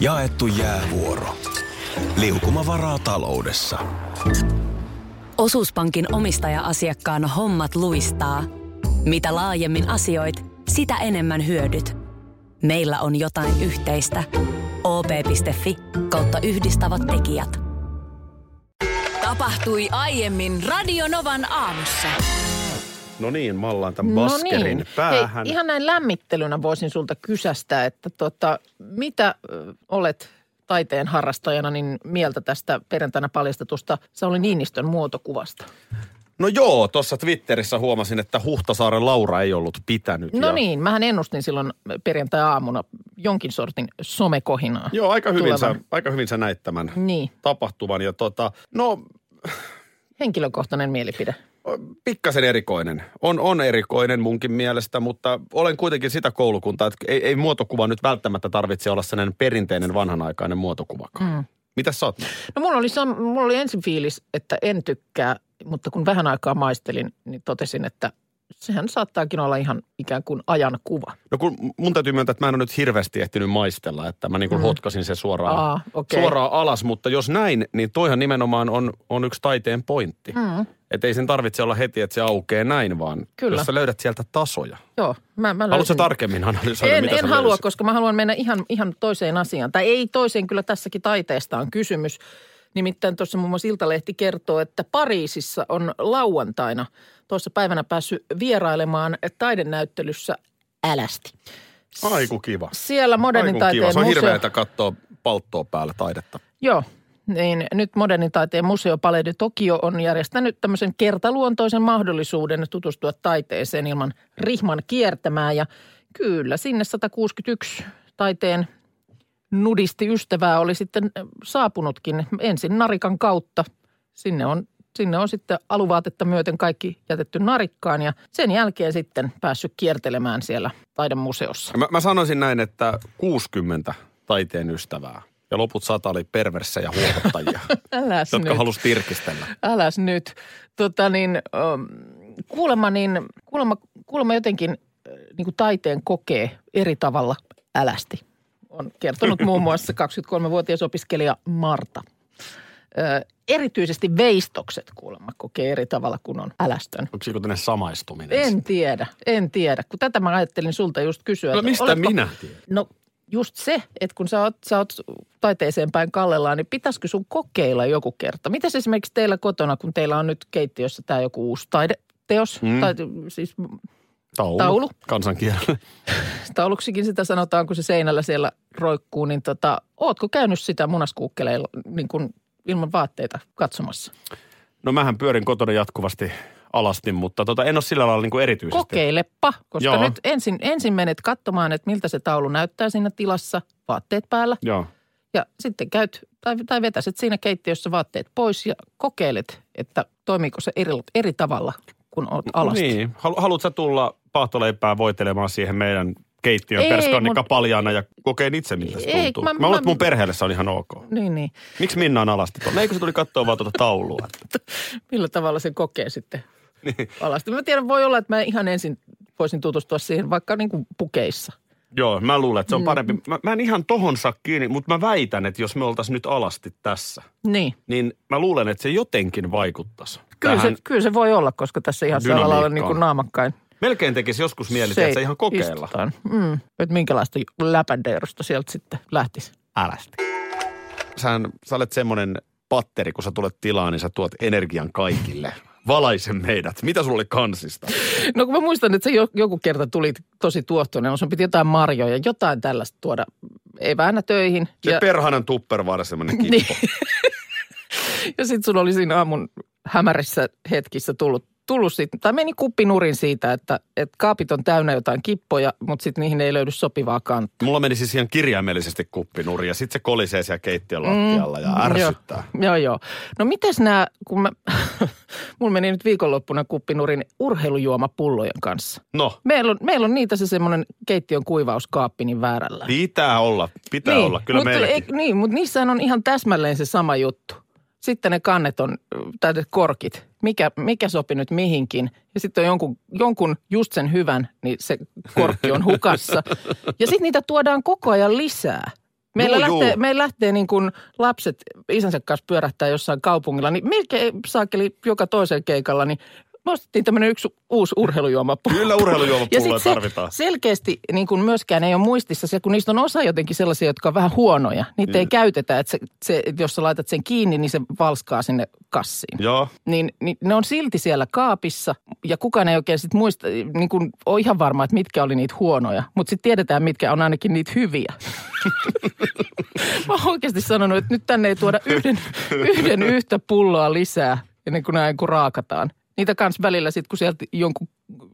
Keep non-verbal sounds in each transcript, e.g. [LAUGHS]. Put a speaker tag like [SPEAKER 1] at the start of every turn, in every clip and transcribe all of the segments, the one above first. [SPEAKER 1] Jaettu jäävuoro. Liukuma varaa taloudessa.
[SPEAKER 2] Osuuspankin omistaja-asiakkaan hommat luistaa. Mitä laajemmin asioit, sitä enemmän hyödyt. Meillä on jotain yhteistä. op.fi kautta yhdistävät tekijät.
[SPEAKER 3] Tapahtui aiemmin Radionovan aamussa.
[SPEAKER 4] No niin, mä ollaan tämän baskerin päähän.
[SPEAKER 5] niin. Hei, ihan näin lämmittelynä voisin sulta kysästä, että tota, mitä ö, olet taiteen harrastajana niin mieltä tästä perjantaina paljastetusta Sauli Niinistön muotokuvasta?
[SPEAKER 4] No joo, tuossa Twitterissä huomasin, että Huhtasaaren Laura ei ollut pitänyt.
[SPEAKER 5] No
[SPEAKER 4] ja-
[SPEAKER 5] niin, mähän ennustin silloin perjantai-aamuna jonkin sortin somekohinaa.
[SPEAKER 4] Joo, aika hyvin, sä,
[SPEAKER 5] tulevan.
[SPEAKER 4] aika hyvin sä näit tämän
[SPEAKER 5] Niin,
[SPEAKER 4] tapahtuvan. Ja tota, no,
[SPEAKER 5] henkilökohtainen mielipide.
[SPEAKER 4] pikkasen erikoinen. On, on erikoinen munkin mielestä, mutta olen kuitenkin sitä koulukuntaa, että ei, ei muotokuva nyt välttämättä tarvitse olla sellainen perinteinen vanhanaikainen muotokuvakaan. Mm. Mitä sä oot?
[SPEAKER 5] No mulla oli, sam- mulla oli ensin fiilis, että en tykkää, mutta kun vähän aikaa maistelin, niin totesin, että sehän saattaakin olla ihan ikään kuin ajan kuva.
[SPEAKER 4] No kun mun täytyy myöntää, että mä en ole nyt hirveästi ehtinyt maistella, että mä niin kuin mm. hotkasin sen suoraan,
[SPEAKER 5] Aa, okei.
[SPEAKER 4] suoraan alas. Mutta jos näin, niin toihan nimenomaan on, on yksi taiteen pointti. Mm. Että ei sen tarvitse olla heti, että se aukeaa näin, vaan
[SPEAKER 5] Kyllä.
[SPEAKER 4] jos sä löydät sieltä tasoja.
[SPEAKER 5] Joo, mä, mä
[SPEAKER 4] Haluatko sä
[SPEAKER 5] löysin-
[SPEAKER 4] tarkemmin analysoida,
[SPEAKER 5] En,
[SPEAKER 4] mitä
[SPEAKER 5] en
[SPEAKER 4] sä
[SPEAKER 5] halua,
[SPEAKER 4] löysit?
[SPEAKER 5] koska mä haluan mennä ihan, ihan toiseen asiaan. Tai ei toiseen, kyllä tässäkin taiteesta on kysymys. Nimittäin tuossa muun muassa Iltalehti kertoo, että Pariisissa on lauantaina tuossa päivänä päässyt vierailemaan taidenäyttelyssä älästi.
[SPEAKER 4] Aiku kiva.
[SPEAKER 5] Siellä modernin
[SPEAKER 4] Aiku
[SPEAKER 5] taiteen
[SPEAKER 4] kiva. Se on
[SPEAKER 5] museo...
[SPEAKER 4] hirveätä katsoa palttoa päällä taidetta.
[SPEAKER 5] Joo, niin nyt modernin taiteen museo Palais de Tokio on järjestänyt tämmöisen kertaluontoisen mahdollisuuden tutustua taiteeseen ilman rihman kiertämää. Ja kyllä sinne 161 taiteen nudistiystävää oli sitten äh, saapunutkin ensin narikan kautta. Sinne on, sinne on sitten aluvaatetta myöten kaikki jätetty narikkaan ja sen jälkeen sitten päässyt kiertelemään siellä taidemuseossa.
[SPEAKER 4] Mä, mä sanoisin näin, että 60 taiteen ystävää ja loput sata oli perversejä
[SPEAKER 5] [LAUGHS]
[SPEAKER 4] huohottajia,
[SPEAKER 5] Äläs
[SPEAKER 4] jotka
[SPEAKER 5] nyt.
[SPEAKER 4] halusi tirkistellä.
[SPEAKER 5] Äläs nyt. Tota niin, ähm, kuulemma, niin, kuulemma, kuulemma jotenkin äh, niin kuin taiteen kokee eri tavalla älästi. On kertonut
[SPEAKER 4] [LAUGHS]
[SPEAKER 5] muun muassa 23-vuotias opiskelija Marta. Ö, erityisesti veistokset kuulemma kokee eri tavalla kuin on älästön.
[SPEAKER 4] Onko se joku tämmöinen samaistuminen?
[SPEAKER 5] En tiedä, en tiedä. Kun tätä mä ajattelin sulta just kysyä.
[SPEAKER 4] No
[SPEAKER 5] että
[SPEAKER 4] mistä
[SPEAKER 5] oletko-
[SPEAKER 4] minä tiedän?
[SPEAKER 5] No just se, että kun sä oot, sä oot taiteeseen päin kallellaan, niin pitäisikö sun kokeilla joku kerta? Mitäs esimerkiksi teillä kotona, kun teillä on nyt keittiössä tämä joku uusi taideteos,
[SPEAKER 4] Mm.
[SPEAKER 5] mm. tai siis
[SPEAKER 4] Taulu.
[SPEAKER 5] Taulu.
[SPEAKER 4] Kansankielellä.
[SPEAKER 5] tauluksikin sitä sanotaan, kun se seinällä siellä roikkuu, niin tota, ootko käynyt sitä munaskuukkeleilla niin kuin ilman vaatteita katsomassa?
[SPEAKER 4] No mähän pyörin kotona jatkuvasti alasti, mutta tota, en ole sillä lailla niin kuin erityisesti.
[SPEAKER 5] Kokeilepa, koska
[SPEAKER 4] Joo.
[SPEAKER 5] nyt ensin, ensin menet katsomaan, että miltä se taulu näyttää siinä tilassa, vaatteet päällä.
[SPEAKER 4] Joo.
[SPEAKER 5] Ja sitten käyt tai, tai vetäset siinä keittiössä vaatteet pois ja kokeilet, että toimiiko se eri, eri tavalla, kun olet alasti.
[SPEAKER 4] Niin. Halu, haluatko sä tulla paahtoleipää voitelemaan siihen meidän keittiön
[SPEAKER 5] Ei,
[SPEAKER 4] perskanikka
[SPEAKER 5] mun-
[SPEAKER 4] paljaana ja kokeen itse, miltä se
[SPEAKER 5] Ei,
[SPEAKER 4] tuntuu?
[SPEAKER 5] mä-
[SPEAKER 4] mä luulen,
[SPEAKER 5] mä-
[SPEAKER 4] että mun perheelle se on ihan ok.
[SPEAKER 5] Niin, niin.
[SPEAKER 4] Miksi Minna on alasti tuolla? Eikö se tuli katsoa vaan tuota taulua?
[SPEAKER 5] Millä tavalla se kokee
[SPEAKER 4] [LAUGHS]
[SPEAKER 5] sitten
[SPEAKER 4] Niin.
[SPEAKER 5] alasti? Mä tiedän, voi olla, että mä ihan ensin voisin tutustua siihen vaikka niin kuin pukeissa.
[SPEAKER 4] Joo, mä luulen,
[SPEAKER 5] Mm.
[SPEAKER 4] että se on parempi. Mä, mä en ihan tohon saa kiinni, mutta mä väitän, että jos me oltaisiin nyt alasti tässä,
[SPEAKER 5] Niin.
[SPEAKER 4] niin mä luulen, että se jotenkin vaikuttaisi.
[SPEAKER 5] Kyllä se,
[SPEAKER 4] tähän.
[SPEAKER 5] kyllä se voi olla, koska tässä ihan sillä lailla niin kuin
[SPEAKER 4] Dynamiikkaan.
[SPEAKER 5] naamakkain.
[SPEAKER 4] Melkein tekisi joskus mieli, että se ihan kokeilla.
[SPEAKER 5] Istutaan. Mm. Että minkälaista läpändeerosta sieltä sitten lähtisi.
[SPEAKER 4] Älästi. Sähän, sä olet semmoinen patteri, kun sä tulet tilaan, niin sä tuot energian kaikille. Valaise meidät. Mitä sulla oli kansista?
[SPEAKER 5] No kun mä muistan, että se jo- joku kerta tuli tosi tuohtuneena, sun piti jotain marjoja, jotain tällaista tuoda eväänä töihin.
[SPEAKER 4] Se
[SPEAKER 5] ja
[SPEAKER 4] ja... perhanan tuppervaara semmoinen
[SPEAKER 5] Niin.
[SPEAKER 4] kippo.
[SPEAKER 5] ja sitten sulla oli siinä aamun hämärissä hetkissä tullut, tullut sit, tai meni kuppinurin siitä, että et kaapit on täynnä jotain kippoja, mutta sitten niihin ei löydy sopivaa kantaa.
[SPEAKER 4] Mulla meni siis ihan kirjaimellisesti kuppinuri ja sit se kolisee siellä keittiön lattialla Mm, ja ärsyttää.
[SPEAKER 5] Mm, Joo, joo. joo. No mitäs nämä, kun mä, [LAUGHS] mulla meni nyt viikonloppuna kuppinurin urheilujuomapullojen kanssa.
[SPEAKER 4] No,
[SPEAKER 5] Meillä on, meillä on niitä se semmoinen keittiön kuivauskaappi niin väärällä.
[SPEAKER 4] pitää olla, pitää olla. Kyllä
[SPEAKER 5] mutta,
[SPEAKER 4] meilläkin.
[SPEAKER 5] Niin, ei, niin, mutta niissähän on ihan täsmälleen se sama juttu. Sitten ne kannet on, ö, tai ne korkit, mikä, mikä sopi nyt mihinkin. Ja sitten on jonkun, jonkun just sen hyvän, niin se korkki on hukassa. Ja sitten niitä tuodaan koko ajan lisää. Meillä
[SPEAKER 4] Juu,
[SPEAKER 5] lähtee,
[SPEAKER 4] juu.
[SPEAKER 5] meillä lähtee niin kuin lapset isänsä kanssa pyörähtää jossain kaupungilla, niin melkein saakeli joka toisen keikalla, niin me ostettiin tämmöinen yksi uusi urheilujuomapullo.
[SPEAKER 4] Kyllä urheilujuomapulloja
[SPEAKER 5] Ja sit se
[SPEAKER 4] tarvitaan.
[SPEAKER 5] selkeästi niin kuin myöskään ei ole muistissa se, kun niistä on osa jotenkin sellaisia, jotka on vähän huonoja. Niitä ei käytetä, että se, se, jos sä laitat sen kiinni, niin se valskaa sinne kassiin.
[SPEAKER 4] Joo.
[SPEAKER 5] Niin, niin ne on silti siellä kaapissa ja kukaan ei oikein sit muista, niin kuin ole ihan varma, että mitkä oli niitä huonoja. Mutta sitten tiedetään, mitkä on ainakin niitä hyviä. [LAUGHS] Mä oon oikeasti sanonut, että nyt tänne ei tuoda yhden, yhden yhtä pulloa lisää ennen kuin näin kun raakataan. Niitä kans välillä sitten, kun sieltä jonkun,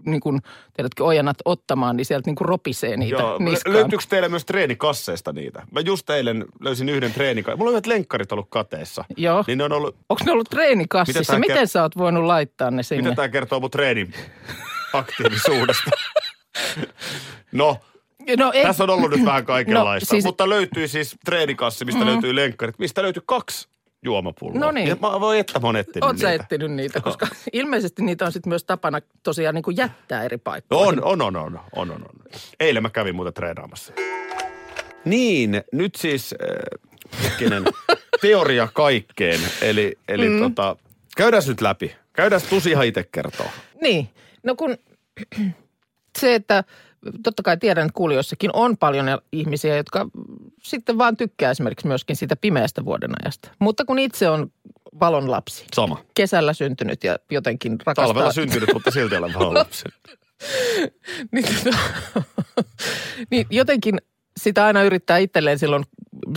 [SPEAKER 5] niin kun, tiedätkö, ojanat ottamaan, niin sieltä niin kun ropisee niitä
[SPEAKER 4] Joo.
[SPEAKER 5] niskaan.
[SPEAKER 4] Löytyykö teillä myös treenikasseista niitä? Mä just eilen löysin yhden treenikasseista. Mulla on yhdet lenkkarit ollut kateessa.
[SPEAKER 5] Joo.
[SPEAKER 4] Niin ne on ollut,
[SPEAKER 5] Onko ne ollut
[SPEAKER 4] Mitä
[SPEAKER 5] treenikassissa?
[SPEAKER 4] tää
[SPEAKER 5] Miten
[SPEAKER 4] ker-
[SPEAKER 5] sä oot voinut laittaa ne sinne?
[SPEAKER 4] mitä tämä kertoo mun treenin
[SPEAKER 5] [LAUGHS]
[SPEAKER 4] aktiivisuudesta? no,
[SPEAKER 5] No ei,
[SPEAKER 4] Tässä on ollut nyt vähän
[SPEAKER 5] No,
[SPEAKER 4] kaikenlaista,
[SPEAKER 5] siis- Mm-hmm.
[SPEAKER 4] siis... mutta löytyy siis treenikassi, mistä mm. löytyy lenkkarit, mistä löytyy kaksi juomapulloa.
[SPEAKER 5] No niin.
[SPEAKER 4] Ja mä voin että mä oon etsinyt
[SPEAKER 5] Oot sä
[SPEAKER 4] niitä.
[SPEAKER 5] etsinyt niitä, koska ilmeisesti niitä on sitten myös tapana tosiaan niin kuin jättää eri paikkoihin.
[SPEAKER 4] No On, on, on, on, on, on, on. Eilen mä kävin muuten treenaamassa. Niin, nyt siis äh, hetkinen, [LAUGHS] teoria kaikkeen. Eli, eli
[SPEAKER 5] Mm-hmm.
[SPEAKER 4] mm. tota, käydään nyt läpi. Käydään Tusi ihan itse kertoo.
[SPEAKER 5] Niin, no kun [CLEARS THROAT] se, että totta kai tiedän, että kuulijoissakin on paljon ihmisiä, jotka sitten vaan tykkää esimerkiksi myöskin siitä pimeästä vuodenajasta. Mutta kun itse on valon lapsi,
[SPEAKER 4] Sama.
[SPEAKER 5] kesällä syntynyt ja jotenkin rakastaa.
[SPEAKER 4] Talvella syntynyt, mutta silti olen [LAUGHS] vähän lapsen.
[SPEAKER 5] [LAUGHS] niin, tota, niin jotenkin sitä aina yrittää itselleen silloin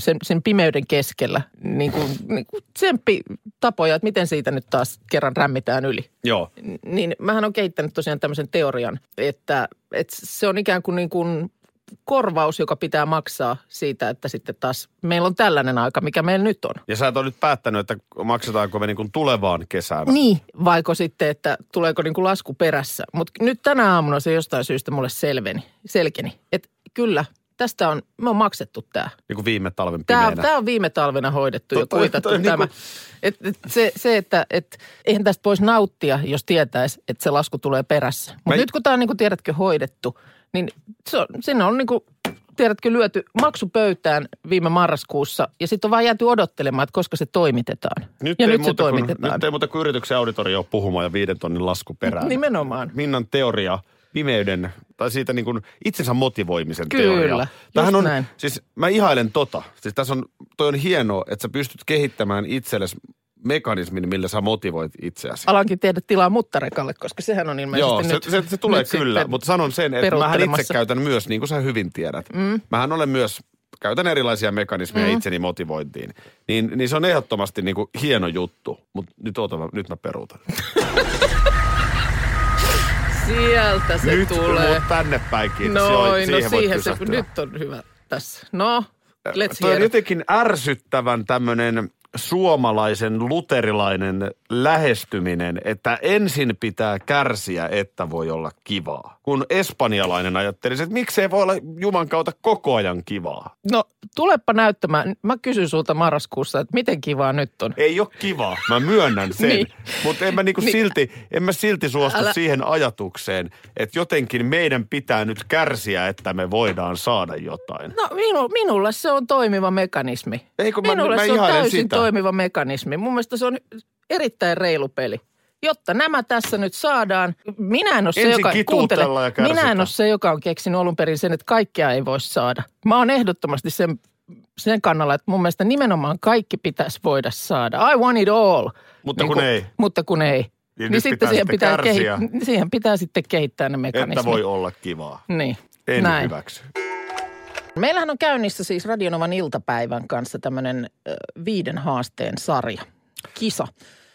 [SPEAKER 5] sen, sen pimeyden keskellä niin kuin, niin kuin tsemppitapoja, että miten siitä nyt taas kerran rämmitään yli.
[SPEAKER 4] Joo.
[SPEAKER 5] Niin mähän on kehittänyt tosiaan tämmöisen teorian, että, että se on ikään kuin, niin kuin korvaus, joka pitää maksaa siitä, että sitten taas meillä on tällainen aika, mikä meillä nyt on.
[SPEAKER 4] Ja sä et ole nyt päättänyt, että maksetaanko me niin kuin tulevaan kesään.
[SPEAKER 5] Niin. Vaiko sitten, että tuleeko niin kuin lasku perässä. Mutta nyt tänä aamuna se jostain syystä mulle selveni, selkeni. Että kyllä, tästä on, me on maksettu tämä.
[SPEAKER 4] Niin kuin viime talven
[SPEAKER 5] Tämä,
[SPEAKER 4] pimeänä.
[SPEAKER 5] tämä on viime talvena hoidettu ja
[SPEAKER 4] Toi- toi-
[SPEAKER 5] kuitattu
[SPEAKER 4] toi
[SPEAKER 5] tämä.
[SPEAKER 4] niinku-
[SPEAKER 5] Et, et se, se, että et, eihän tästä voisi nauttia, jos tietäisi, että se lasku tulee perässä. Mutta
[SPEAKER 4] Mä-
[SPEAKER 5] nyt kun tämä on, niin kuin tiedätkö, hoidettu, niin se on, sinne on niin kuin, tiedätkö, lyöty maksupöytään viime marraskuussa. Ja sitten on vaan jääty odottelemaan, että koska se toimitetaan.
[SPEAKER 4] Nyt
[SPEAKER 5] ja
[SPEAKER 4] ei
[SPEAKER 5] nyt se
[SPEAKER 4] muuta kuin-
[SPEAKER 5] toimitetaan.
[SPEAKER 4] Nyt ei muuta kuin yrityksen auditori ole puhumaan ja viiden tonnin lasku perään.
[SPEAKER 5] Nimenomaan.
[SPEAKER 4] Minnan teoria pimeyden tai siitä niin kuin itsensä motivoimisen
[SPEAKER 5] Kyllä,
[SPEAKER 4] teoria.
[SPEAKER 5] just
[SPEAKER 4] Tämähän on,
[SPEAKER 5] näin.
[SPEAKER 4] siis mä ihailen tota. Siis tässä on, toi on hienoa, että sä pystyt kehittämään itsellesi mekanismin, millä sä motivoit itseäsi.
[SPEAKER 5] alankin tehdä tilaa muttarekalle, koska sehän on ilmeisesti
[SPEAKER 4] Joo,
[SPEAKER 5] nyt.
[SPEAKER 4] se, se, se tulee
[SPEAKER 5] nyt
[SPEAKER 4] kyllä,
[SPEAKER 5] sitten
[SPEAKER 4] mutta sanon sen, että mähän
[SPEAKER 5] peruuttelemassa.
[SPEAKER 4] itse käytän myös, niin kuin sä hyvin tiedät. Mm. Mähän olen myös, käytän erilaisia mekanismeja mm. itseni motivointiin. Niin, niin se on ehdottomasti niin kuin hieno juttu, mutta nyt oota, mä- nyt mä peruutan.
[SPEAKER 5] Sieltä se
[SPEAKER 4] nyt
[SPEAKER 5] tulee.
[SPEAKER 4] mut tänne päin kiinni.
[SPEAKER 5] Noin,
[SPEAKER 4] Siihen
[SPEAKER 5] no
[SPEAKER 4] voit
[SPEAKER 5] siihen se,
[SPEAKER 4] pysähtyä.
[SPEAKER 5] nyt on hyvä tässä. No, let's
[SPEAKER 4] Toi on
[SPEAKER 5] hear it.
[SPEAKER 4] jotenkin ärsyttävän tämmöinen suomalaisen luterilainen lähestyminen, että ensin pitää kärsiä, että voi olla kivaa. Kun espanjalainen ajattelisi, että miksei voi olla Juman kautta koko ajan kivaa.
[SPEAKER 5] No, tulepa näyttämään. Mä kysyn sulta marraskuussa, että miten kivaa nyt on.
[SPEAKER 4] Ei ole kivaa, mä myönnän sen.
[SPEAKER 5] Niin.
[SPEAKER 4] niin. Mutta en mä, niinku
[SPEAKER 5] Niin.
[SPEAKER 4] silti, en mä silti suostu
[SPEAKER 5] Älä-
[SPEAKER 4] Älä... siihen ajatukseen, että jotenkin meidän pitää nyt kärsiä, että me voidaan saada jotain.
[SPEAKER 5] No minu, minulla se on toimiva mekanismi.
[SPEAKER 4] Ei, kun mä-
[SPEAKER 5] minulla
[SPEAKER 4] mä
[SPEAKER 5] se on
[SPEAKER 4] ihailen
[SPEAKER 5] täysin
[SPEAKER 4] sitä.
[SPEAKER 5] toimiva mekanismi. Mun mielestä se on erittäin reilu peli. Jotta nämä tässä nyt saadaan. Minä en ole se,
[SPEAKER 4] Ensin
[SPEAKER 5] joka,
[SPEAKER 4] kituutellaan
[SPEAKER 5] kuuntele,
[SPEAKER 4] ja kärsitään.
[SPEAKER 5] minä en ole se, joka on keksinyt alun perin sen, että kaikkea ei voi saada. Mä oon ehdottomasti sen, sen kannalla, että mun mielestä nimenomaan kaikki pitäisi voida saada. I want it all.
[SPEAKER 4] Mutta kun ei.
[SPEAKER 5] Mutta kun ei. Niin,
[SPEAKER 4] nyt pitää
[SPEAKER 5] siihen,
[SPEAKER 4] sitten
[SPEAKER 5] pitää
[SPEAKER 4] kärsiä.
[SPEAKER 5] kehi- siihen pitää sitten kehittää ne mekanismit.
[SPEAKER 4] Että voi olla kivaa.
[SPEAKER 5] Niin.
[SPEAKER 4] En
[SPEAKER 5] Näin.
[SPEAKER 4] hyväksy.
[SPEAKER 5] Meillähän on käynnissä siis Radionovan iltapäivän kanssa tämmöinen viiden haasteen sarja, kisa.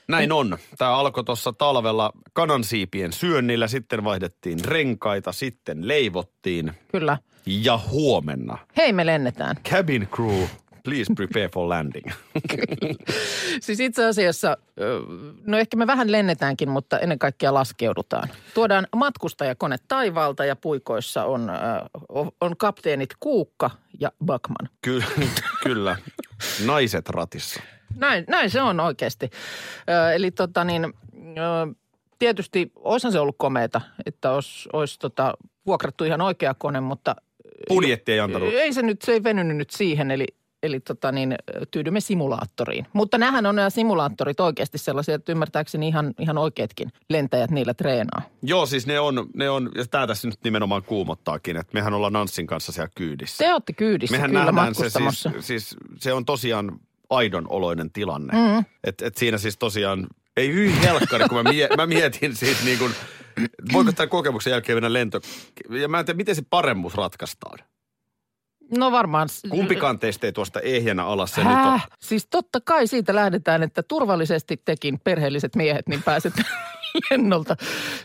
[SPEAKER 4] Näin on. Tämä alkoi tuossa talvella kanansiipien syönnillä, sitten vaihdettiin renkaita, sitten leivottiin.
[SPEAKER 5] Kyllä.
[SPEAKER 4] Ja huomenna
[SPEAKER 5] Hei, me lennetään.
[SPEAKER 4] cabin crew, please prepare for landing.
[SPEAKER 5] Siis itse asiassa, ö, no ehkä me vähän lennetäänkin, mutta ennen kaikkea laskeudutaan. Tuodaan matkustajakone taivaalta ja puikoissa on, ö, o- on kapteenit Kuukka ja Bakman.
[SPEAKER 4] [LAUGHS] Ky- kyllä. Naiset ratissa.
[SPEAKER 5] Näin, näin se on oikeasti. Ö, eli tota niin, ö, tietysti olisihan se ollut komeeta, että olisi, olisi tota, vuokrattu ihan oikea kone, mutta
[SPEAKER 4] Budjetti ei antanut.
[SPEAKER 5] Ei se nyt, se ei venynyt nyt siihen, eli, eli tota niin, tyydymme simulaattoriin. Mutta nämähän on nämä simulaattorit oikeasti sellaisia, että ymmärtääkseni ihan, ihan oikeatkin lentäjät niillä treenaa.
[SPEAKER 4] Joo, siis ne on, ne on, ja tämä tässä nyt nimenomaan kuumottaakin, että mehän ollaan Nanssin kanssa siellä kyydissä.
[SPEAKER 5] Te olette kyydissä
[SPEAKER 4] mehän
[SPEAKER 5] kyllä
[SPEAKER 4] nähdään se siis,
[SPEAKER 5] matkustamossa.
[SPEAKER 4] siis, se on tosiaan aidon oloinen tilanne. Mm. Et, et siinä siis tosiaan, ei hyi helkkari, kun mä, mie, mä mietin siis niin kuin, voiko tämän kokemuksen jälkeen mennä lento. Ja mä en tiedä, miten se paremmuus ratkaistaan.
[SPEAKER 5] No varmaan. s-
[SPEAKER 4] Kumpikaan teistä ei tuosta ehjänä alas se nyt on.
[SPEAKER 5] Häh? Siis totta kai siitä lähdetään, että turvallisesti tekin perheelliset miehet, niin pääset [LAUGHS] lennolta,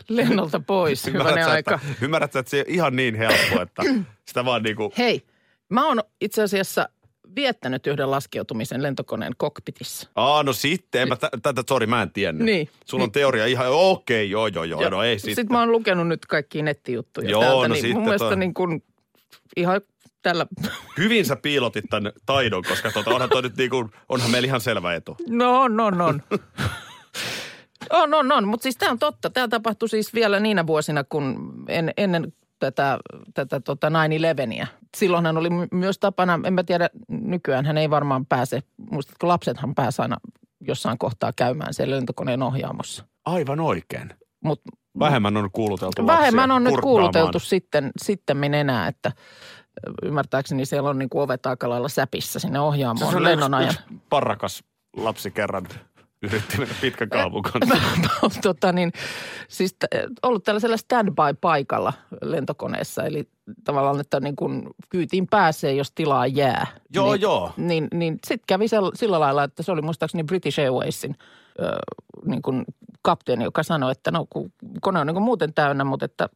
[SPEAKER 5] lennolta pois. Hyvänen
[SPEAKER 4] Ymmärrät sä,
[SPEAKER 5] aika.
[SPEAKER 4] että, ymmärrät sä, että se ei ole ihan niin helppo, että sitä vaan niinku,
[SPEAKER 5] Hei, mä oon itse asiassa viettänyt yhden laskeutumisen lentokoneen kokpitissa.
[SPEAKER 4] aa no sitten, en mä tä- tätä, sori mä en tiennyt.
[SPEAKER 5] Niin.
[SPEAKER 4] Sulla on teoria ihan, okei, joo joo joo,
[SPEAKER 5] Ja
[SPEAKER 4] no ei
[SPEAKER 5] sit
[SPEAKER 4] sitten.
[SPEAKER 5] mä oon lukenut nyt kaikki nettijuttuja
[SPEAKER 4] Joo,
[SPEAKER 5] täältä,
[SPEAKER 4] no
[SPEAKER 5] niin
[SPEAKER 4] sitten
[SPEAKER 5] mun mielestä
[SPEAKER 4] toi-
[SPEAKER 5] niin kuin ihan tällä, [LAUGHS]
[SPEAKER 4] Hyvin sä piilotit tämän taidon, koska tota, onhan toi nyt niinku, onhan meillä ihan selvä etu.
[SPEAKER 5] no on,
[SPEAKER 4] [LAUGHS]
[SPEAKER 5] on, on. on, on, on, mutta siis tämä on totta. Tämä tapahtui siis vielä niinä vuosina, kun en, ennen tätä, tätä tota 9-11. Silloinhan oli my- myös tapana, en mä tiedä, nykyään hän ei varmaan pääse, muistatko lapsethan pääsi aina jossain kohtaa käymään siellä lentokoneen ohjaamossa.
[SPEAKER 4] Aivan oikein.
[SPEAKER 5] Mutta
[SPEAKER 4] Vähemmän on kuuluteltu
[SPEAKER 5] Vähemmän
[SPEAKER 4] lapsia
[SPEAKER 5] on nyt
[SPEAKER 4] kurttaamaan.
[SPEAKER 5] kuuluteltu sitten, sitten enää, että ymmärtääkseni siellä on niin kuin ovet aika lailla säpissä sinne
[SPEAKER 4] Se
[SPEAKER 5] ohjaamoon
[SPEAKER 4] oli
[SPEAKER 5] lennon ajan.
[SPEAKER 4] yksi, yksi parrakas lapsi kerran yritti mennä pitkän
[SPEAKER 5] [LAUGHS]
[SPEAKER 4] kaavun kanssa.
[SPEAKER 5] [LAUGHS] tota niin, siis t- ollut tällaisella standby-paikalla lentokoneessa, eli tavallaan, että niin kuin kyytiin pääsee, jos tilaa jää.
[SPEAKER 4] Joo,
[SPEAKER 5] niin,
[SPEAKER 4] joo.
[SPEAKER 5] Niin, niin sitten kävi sel- sillä lailla, että se oli muistaakseni British Airwaysin ö, niin kuin kapteeni, joka sanoi, että no kun kone on niin kuin muuten täynnä, mutta että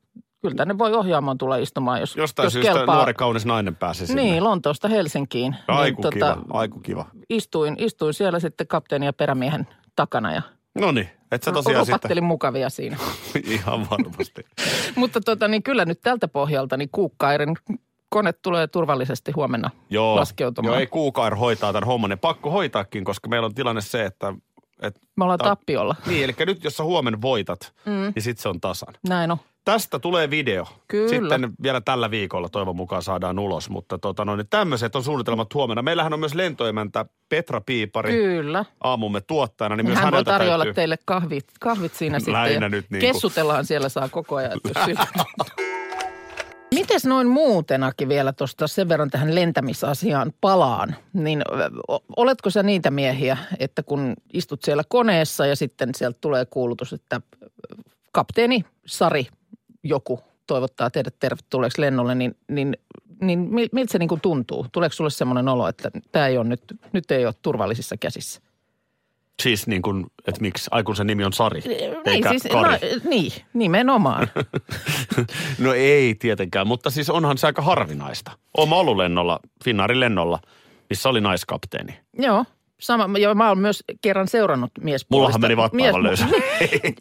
[SPEAKER 5] kyllä tänne voi ohjaamoon tulla istumaan, jos,
[SPEAKER 4] Jostain
[SPEAKER 5] jos
[SPEAKER 4] syystä
[SPEAKER 5] kelpaa.
[SPEAKER 4] nuori kaunis nainen pääsi sinne.
[SPEAKER 5] Niin, Lontoosta Helsinkiin.
[SPEAKER 4] Aiku
[SPEAKER 5] niin,
[SPEAKER 4] kiva, aiku kiva.
[SPEAKER 5] istuin, istuin siellä sitten kapteeni ja perämiehen takana ja
[SPEAKER 4] No niin, et sä tosiaan
[SPEAKER 5] rupattelin mukavia siinä. [LAUGHS]
[SPEAKER 4] sitten. [LAUGHS] Ihan varmasti.
[SPEAKER 5] Mutta tota, niin kyllä nyt tältä pohjalta niin Kuukkairen kone tulee turvallisesti huomenna
[SPEAKER 4] Joo.
[SPEAKER 5] laskeutumaan.
[SPEAKER 4] Joo, ei kuukauden hoitaa tämän homman. Ne pakko hoitaakin, koska meillä on tilanne se, että... että
[SPEAKER 5] Me ollaan
[SPEAKER 4] tää-
[SPEAKER 5] tappiolla.
[SPEAKER 4] Niin, eli nyt jos sä huomen voitat, mm. niin sit se on tasan.
[SPEAKER 5] Näin on.
[SPEAKER 4] Tästä tulee video.
[SPEAKER 5] Kyllä.
[SPEAKER 4] Sitten vielä tällä viikolla toivon mukaan saadaan ulos, mutta tota noin, niin tämmöiset on suunnitelmat huomenna. Meillähän on myös lentoemäntä Petra Piipari
[SPEAKER 5] Kyllä.
[SPEAKER 4] aamumme tuottajana, niin myös
[SPEAKER 5] Hän voi
[SPEAKER 4] häneltä
[SPEAKER 5] tarjoilla
[SPEAKER 4] täytyy...
[SPEAKER 5] teille kahvit, kahvit siinä sitten.
[SPEAKER 4] Lähinnä
[SPEAKER 5] ja
[SPEAKER 4] nyt niinku.
[SPEAKER 5] Kessutellaan siellä saa koko ajan. että
[SPEAKER 4] [LAUGHS]
[SPEAKER 5] jos siltä- Mites noin muutenakin vielä tuosta sen verran tähän lentämisasiaan palaan, niin ö, o- oletko sä niitä miehiä, että kun istut siellä koneessa ja sitten sieltä tulee kuulutus, että ö, kapteeni Sari joku toivottaa teidät tervetulleeksi lennolle, niin, niin, niin mil- miltä se niin kuin tuntuu? Tuleeko sulle semmoinen olo, että tämä ei ole nyt, nyt ei ole turvallisissa käsissä?
[SPEAKER 4] Siis niin kuin, että miksi aikuisen nimi on Sari,
[SPEAKER 5] Niin,
[SPEAKER 4] eikä
[SPEAKER 5] siis,
[SPEAKER 4] Kari.
[SPEAKER 5] No, niin,
[SPEAKER 4] [LAUGHS]
[SPEAKER 5] nimenomaan.
[SPEAKER 4] No ei tietenkään, mutta siis onhan se aika harvinaista. Oon mä ollut lennolla, Finnaarin lennolla, missä oli naiskapteeni.
[SPEAKER 5] Joo, sama. Ja mä oon myös kerran seurannut mies.
[SPEAKER 4] Mullahan meni vattaavan löysä.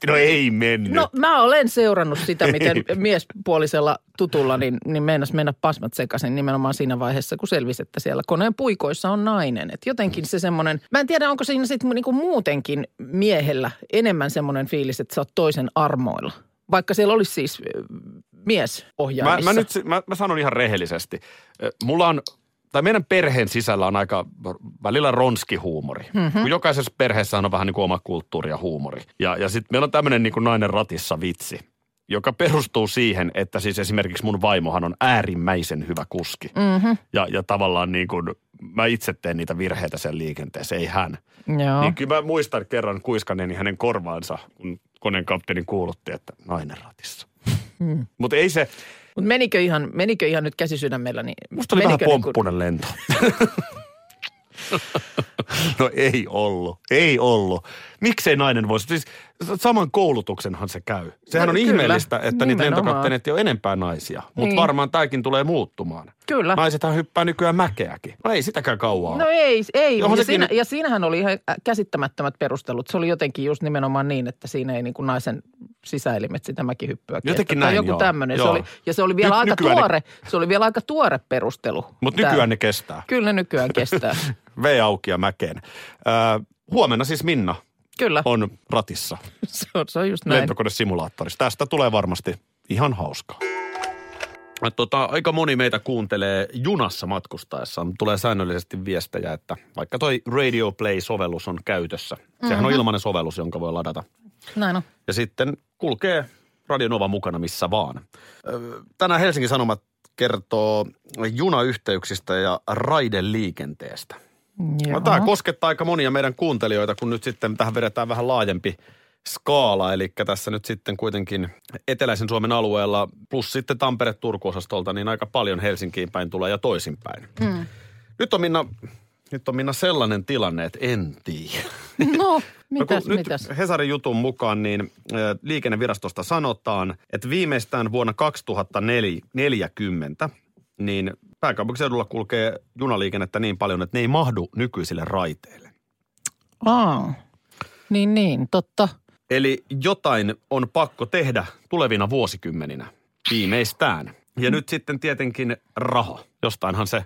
[SPEAKER 4] [LAUGHS] no ei mennyt.
[SPEAKER 5] No mä olen seurannut sitä, miten miespuolisella tutulla niin, niin meinas mennä pasmat sekaisin nimenomaan siinä vaiheessa, kun selvisi, että siellä koneen puikoissa on nainen. Et jotenkin se semmoinen, mä en tiedä onko siinä sitten niinku muutenkin miehellä enemmän semmoinen fiilis, että sä oot toisen armoilla. Vaikka siellä olisi siis ö, mies
[SPEAKER 4] mä,
[SPEAKER 5] ohjaamissa.
[SPEAKER 4] mä, nyt, mä, mä sanon ihan rehellisesti. Ö, Mulla on, tai meidän perheen sisällä on aika välillä ronski huumori. Mm-hmm. Kun jokaisessa perheessä on vähän niin kuin oma kulttuuri ja huumori. Ja, ja sitten meillä on tämmöinen niin kuin nainen ratissa vitsi, joka perustuu siihen, että siis esimerkiksi mun vaimohan on äärimmäisen hyvä kuski. Mm-hmm. Ja, ja tavallaan niin kuin, mä itse teen niitä virheitä sen liikenteessä, ei hän.
[SPEAKER 5] Joo.
[SPEAKER 4] Niin kyllä mä muistan kerran kuiskanneeni hänen korvaansa, kun koneen kapteeni kuulutti, että nainen ratissa. Mm. Mutta ei se,
[SPEAKER 5] Mutta menikö ihan, menikö ihan nyt käsi sydämellä? Niin
[SPEAKER 4] Musta oli vähän
[SPEAKER 5] menikö niin kuin-
[SPEAKER 4] pomppunen lento. [LAUGHS] no ei ollut, ei ollut. Miksei nainen voisi? Siis saman koulutuksenhan se käy. Sehän
[SPEAKER 5] No
[SPEAKER 4] on
[SPEAKER 5] kyllä,
[SPEAKER 4] ihmeellistä, että niitä
[SPEAKER 5] nimenomaan.
[SPEAKER 4] lentokapteenit ei ole enempää naisia. Mutta
[SPEAKER 5] Niin.
[SPEAKER 4] varmaan tämäkin tulee muuttumaan.
[SPEAKER 5] Kyllä.
[SPEAKER 4] Naisethan hyppää nykyään mäkeäkin. No ei sitäkään kauaa.
[SPEAKER 5] No ei, ei.
[SPEAKER 4] Onhan
[SPEAKER 5] Ja,
[SPEAKER 4] sekin
[SPEAKER 5] siinä,
[SPEAKER 4] nyt-
[SPEAKER 5] ja siinähän oli ihan äh, käsittämättömät perustelut. Se oli jotenkin just nimenomaan niin, että siinä ei niin kuin naisen sisäelimet sitä mäkihyppyä kestä.
[SPEAKER 4] Jotenkin
[SPEAKER 5] tai
[SPEAKER 4] näin,
[SPEAKER 5] joku
[SPEAKER 4] joo.
[SPEAKER 5] tämmöinen. Se
[SPEAKER 4] Joo.
[SPEAKER 5] oli, ja se oli vielä
[SPEAKER 4] Nyt
[SPEAKER 5] aika
[SPEAKER 4] nykyään ne-
[SPEAKER 5] tuore, se oli vielä aika tuore perustelu.
[SPEAKER 4] Mutta nykyään ne kestää.
[SPEAKER 5] Kyllä ne nykyään
[SPEAKER 4] [LAUGHS]
[SPEAKER 5] kestää.
[SPEAKER 4] V auki ja mäkeen. Öö, huomenna siis Minna
[SPEAKER 5] Kyllä,
[SPEAKER 4] on ratissa
[SPEAKER 5] se on, se on just näin.
[SPEAKER 4] lentokonesimulaattorissa. Tästä tulee varmasti ihan hauskaa. Tota, aika moni meitä kuuntelee junassa matkustaessa. Tulee säännöllisesti viestejä, että vaikka toi Radio Play-sovellus on käytössä. Sehän on ilmainen sovellus, jonka voi ladata.
[SPEAKER 5] Näin on.
[SPEAKER 4] Ja sitten kulkee Radionova mukana missä vaan. Öö, Tänään Helsingin Sanomat kertoo junayhteyksistä ja raideliikenteestä. No, tämä koskettaa aika monia meidän kuuntelijoita, kun nyt sitten tähän vedetään vähän laajempi skaala. Eli tässä nyt sitten kuitenkin eteläisen Suomen alueella plus sitten Tampere-Turku-osastolta, niin aika paljon Helsinkiin päin tulee ja toisinpäin. Mm. Nyt, on Minna, nyt on Minna sellainen tilanne, että en tiedä. [LAUGHS]
[SPEAKER 5] No,
[SPEAKER 4] No kun
[SPEAKER 5] mitäs, no,
[SPEAKER 4] nyt
[SPEAKER 5] mitäs?
[SPEAKER 4] Hesarin jutun mukaan niin ö, liikennevirastosta sanotaan, että viimeistään vuonna 2040 niin pääkaupunkiseudulla kulkee junaliikennettä niin paljon, että ne ei mahdu nykyisille raiteille.
[SPEAKER 5] Aa. Niin, niin, totta.
[SPEAKER 4] Eli jotain on pakko tehdä tulevina vuosikymmeninä viimeistään. Ja nyt sitten tietenkin raha. Jostainhan se,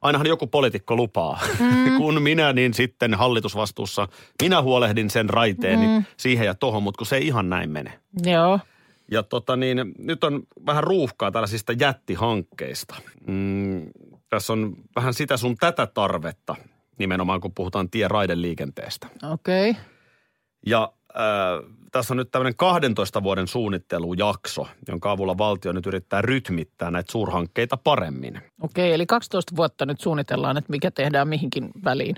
[SPEAKER 4] ainahan joku poliitikko lupaa. Mm. [LAUGHS] kun minä niin sitten hallitusvastuussa, minä huolehdin sen raiteen mm. siihen ja tohon, mutta kun se ei ihan näin mene.
[SPEAKER 5] Joo.
[SPEAKER 4] Ja tota niin, nyt on vähän ruuhkaa tällaisista jättihankkeista. Mm, tässä on vähän sitä sun tätä tarvetta, nimenomaan kun puhutaan tie raideliikenteestä.
[SPEAKER 5] Okei. Okay.
[SPEAKER 4] Ja äh, tässä on nyt tämmöinen 12 vuoden suunnittelujakso, jonka avulla valtio nyt yrittää rytmittää näitä suurhankkeita paremmin.
[SPEAKER 5] Okei, eli 12 vuotta nyt suunnitellaan, että mikä tehdään mihinkin väliin.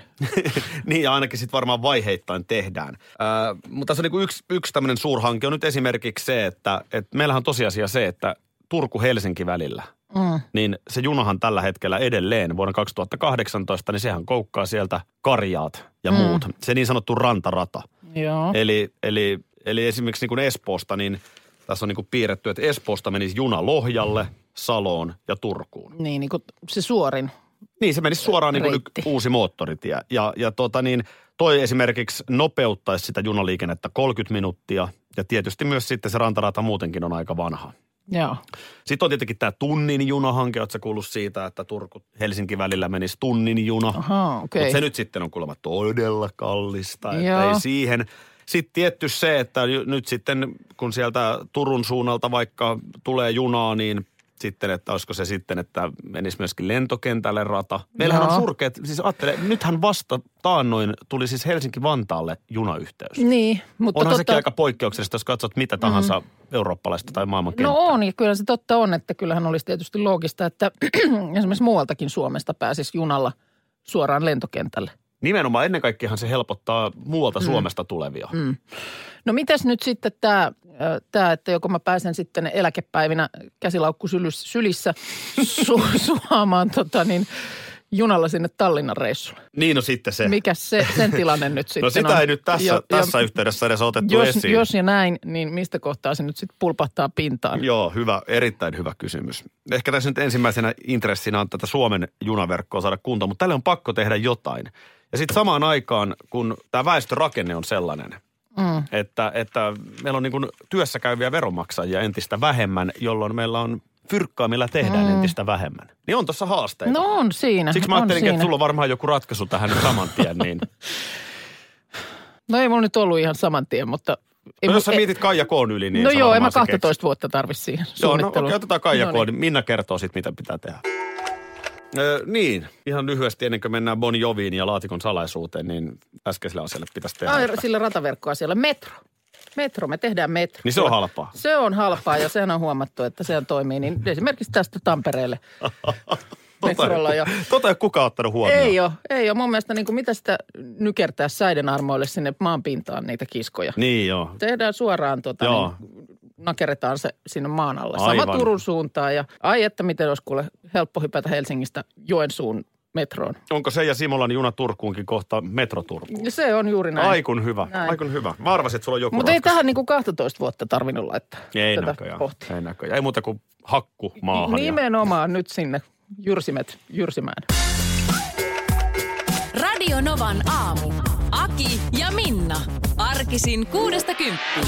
[SPEAKER 4] niin ja ainakin sitten varmaan vaiheittain tehdään. Äh, mutta tässä on niinku yksi, yksi tämmöinen suurhanke on nyt esimerkiksi se, että et meillähän on tosiasia se, että Turku-Helsinki välillä,
[SPEAKER 5] Mm.
[SPEAKER 4] niin se junahan tällä hetkellä edelleen vuonna 2018, niin sehän koukkaa sieltä Karjaat ja muut. Se niin sanottu rantarata.
[SPEAKER 5] Joo.
[SPEAKER 4] Eli, eli, eli esimerkiksi niin kuin Espoosta, niin tässä on niin kuin piirretty, että Espoosta menisi juna Lohjalle, Saloon ja Turkuun.
[SPEAKER 5] Niin, niin kuin se suorin.
[SPEAKER 4] Niin, se menisi suoraan niin kuin
[SPEAKER 5] Reitti.
[SPEAKER 4] nyt uusi moottoritie. Ja, ja tota niin, toi esimerkiksi nopeuttaisi sitä junaliikennettä 30 minuuttia. Ja tietysti myös sitten se rantarata muutenkin on aika vanha.
[SPEAKER 5] Joo.
[SPEAKER 4] Sitten on tietenkin tämä tunnin junahanke, ootko sä kuullut siitä, että Turku-Helsinki välillä menisi tunnin juna.
[SPEAKER 5] Ahaa, okei.
[SPEAKER 4] Mutta se nyt sitten on kuulemma todella kallista, että
[SPEAKER 5] Joo.
[SPEAKER 4] ei siihen. Sitten tietty se, että ju- nyt sitten kun sieltä Turun suunnalta vaikka tulee junaa, niin sitten, että olisiko se sitten, että menisi myöskin lentokentälle rata. Meillähän
[SPEAKER 5] Joo.
[SPEAKER 4] on surkeat, siis ajattele, nythän vasta taannoin tuli siis Helsinki-Vantaalle junayhteys.
[SPEAKER 5] Niin, mutta
[SPEAKER 4] Onhan
[SPEAKER 5] totta,
[SPEAKER 4] sekin aika poikkeuksellista, jos katsot mitä tahansa eurooppalaista tai maailman
[SPEAKER 5] No on, ja kyllä se totta on, että kyllähän olisi tietysti loogista, että [CLEARS THROAT] esimerkiksi muualtakin Suomesta pääsisi junalla suoraan lentokentälle.
[SPEAKER 4] Nimenomaan ennen kaikkeahan se helpottaa muualta Suomesta tulevia. Mm.
[SPEAKER 5] No mitäs nyt sitten tämä, tää, että joko mä pääsen sitten eläkepäivinä käsilaukku sylyssä, sylissä su- [LAUGHS] suhaamaan tota niin, junalla sinne Tallinnan reissulle.
[SPEAKER 4] Niin no sitten se.
[SPEAKER 5] Mikäs se, sen
[SPEAKER 4] [LAUGHS]
[SPEAKER 5] tilanne nyt sitten
[SPEAKER 4] no sitä
[SPEAKER 5] on?
[SPEAKER 4] ei nyt tässä,
[SPEAKER 5] Jo-
[SPEAKER 4] tässä
[SPEAKER 5] jo-
[SPEAKER 4] yhteydessä edes otettu
[SPEAKER 5] jos,
[SPEAKER 4] esiin.
[SPEAKER 5] jos ja näin, niin mistä kohtaa se nyt sitten pulpahtaa pintaan?
[SPEAKER 4] Joo, hyvä, erittäin hyvä kysymys. Ehkä tässä nyt ensimmäisenä intressinä on tätä Suomen junaverkkoa saada kuntoon, mutta tälle on pakko tehdä jotain. Ja sitten samaan aikaan, kun tämä väestörakenne on sellainen, mm. että, että meillä on niin kuin työssä käyviä veronmaksajia entistä vähemmän, jolloin meillä on fyrkkaa, millä tehdään mm. entistä vähemmän. Niin on tuossa haasteita.
[SPEAKER 5] No on siinä.
[SPEAKER 4] Siksi mä
[SPEAKER 5] on
[SPEAKER 4] ajattelin,
[SPEAKER 5] siinä.
[SPEAKER 4] että sulla on varmaan joku ratkaisu tähän nyt saman tien. Niin.
[SPEAKER 5] No ei mulla nyt ollut ihan saman tien, mutta... [LAUGHS] Ei,
[SPEAKER 4] No,
[SPEAKER 5] mu-
[SPEAKER 4] jos sä
[SPEAKER 5] ei-
[SPEAKER 4] mietit Kaija Koon yli, niin
[SPEAKER 5] no
[SPEAKER 4] sä
[SPEAKER 5] joo, en mä
[SPEAKER 4] varmaan sen
[SPEAKER 5] 12 vuotta tarvi siihen
[SPEAKER 4] Joo, no okei,
[SPEAKER 5] suunnitteluun.
[SPEAKER 4] otetaan Kaija
[SPEAKER 5] No
[SPEAKER 4] no
[SPEAKER 5] niin.
[SPEAKER 4] niin. Minna kertoo sitten, mitä pitää tehdä. Öö, niin, ihan lyhyesti ennen kuin mennään Bon Joviin ja laatikon salaisuuteen, niin äskeisellä asialle pitäisi tehdä.
[SPEAKER 5] Ai, siis
[SPEAKER 4] että-
[SPEAKER 5] sillä rataverkkoasialla. Metro. Metro, me tehdään metro.
[SPEAKER 4] Niin se on halpaa.
[SPEAKER 5] Se on halpaa ja sehän on huomattu, että sehän toimii. Niin esimerkiksi tästä Tampereelle. metrolla jo.
[SPEAKER 4] Tota ei ole kukaan ottanut huomioon.
[SPEAKER 5] Ei ole, ei ole. Mun mielestä niin kuin, mitä sitä nykertää säiden armoille sinne maan pintaan niitä kiskoja.
[SPEAKER 4] Niin joo.
[SPEAKER 5] Tehdään suoraan tuota,
[SPEAKER 4] Joo.
[SPEAKER 5] niin, nakeretaan se sinne maan alle. Sama
[SPEAKER 4] Aivan.
[SPEAKER 5] Turun suuntaan ja ai että miten olisi kuule helppo hypätä Helsingistä Joensuun metroon.
[SPEAKER 4] Onko se ja Simolan juna Turkuunkin kohta metroturkuun?
[SPEAKER 5] Ja se on juuri näin.
[SPEAKER 4] Aikun hyvä,
[SPEAKER 5] Näin.
[SPEAKER 4] aikun hyvä. Mä arvasin, että sulla on joku
[SPEAKER 5] Mutta ei
[SPEAKER 4] ratkaisu.
[SPEAKER 5] tähän niin kuin 12 vuotta tarvinnut laittaa
[SPEAKER 4] Ei
[SPEAKER 5] tätä Niin
[SPEAKER 4] näköjään.
[SPEAKER 5] pohtia.
[SPEAKER 4] Ei näköjään. Ei muuta kuin hakku maahan. ja-
[SPEAKER 5] Nimenomaan nyt sinne jyrsimet jyrsimään.
[SPEAKER 3] Radio Novan aamu. Aki ja Minna. Arkisin kuudesta kymppiin.